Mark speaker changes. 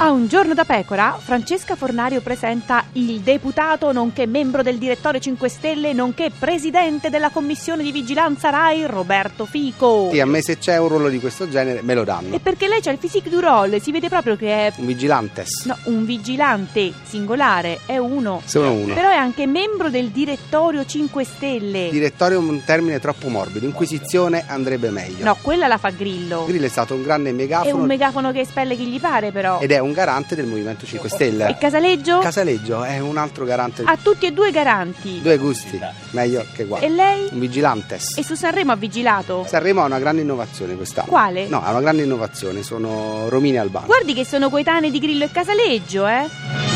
Speaker 1: A un giorno da pecora, Francesca Fornario presenta il deputato nonché membro del direttorio 5 Stelle nonché presidente della commissione di vigilanza RAI Roberto Fico.
Speaker 2: Sì, a me se c'è un ruolo di questo genere me lo danno.
Speaker 1: E perché lei c'ha il physique du role, si vede proprio che è
Speaker 2: Un vigilantes.
Speaker 1: no, un vigilante singolare, è uno.
Speaker 2: Sono uno.
Speaker 1: Però è anche membro del direttorio 5 Stelle.
Speaker 2: Direttorio è un termine troppo morbido, inquisizione andrebbe meglio.
Speaker 1: no, quella la fa Grillo.
Speaker 2: Grillo è stato un grande
Speaker 1: È
Speaker 2: megafono
Speaker 1: un megafono che espelle chi gli pare però.
Speaker 2: ed è un garante del Movimento 5 Stelle.
Speaker 1: E Casaleggio?
Speaker 2: Casaleggio è un altro garante.
Speaker 1: ha tutti e due garanti.
Speaker 2: Due gusti, meglio che
Speaker 1: E
Speaker 2: guai.
Speaker 1: lei?
Speaker 2: Un vigilantes.
Speaker 1: E su Sanremo ha vigilato?
Speaker 2: Sanremo ha una grande innovazione quest'anno.
Speaker 1: Quale?
Speaker 2: No, ha una grande innovazione, sono Romini e Albano.
Speaker 1: Guardi che sono coetanei di Grillo e Casaleggio, eh?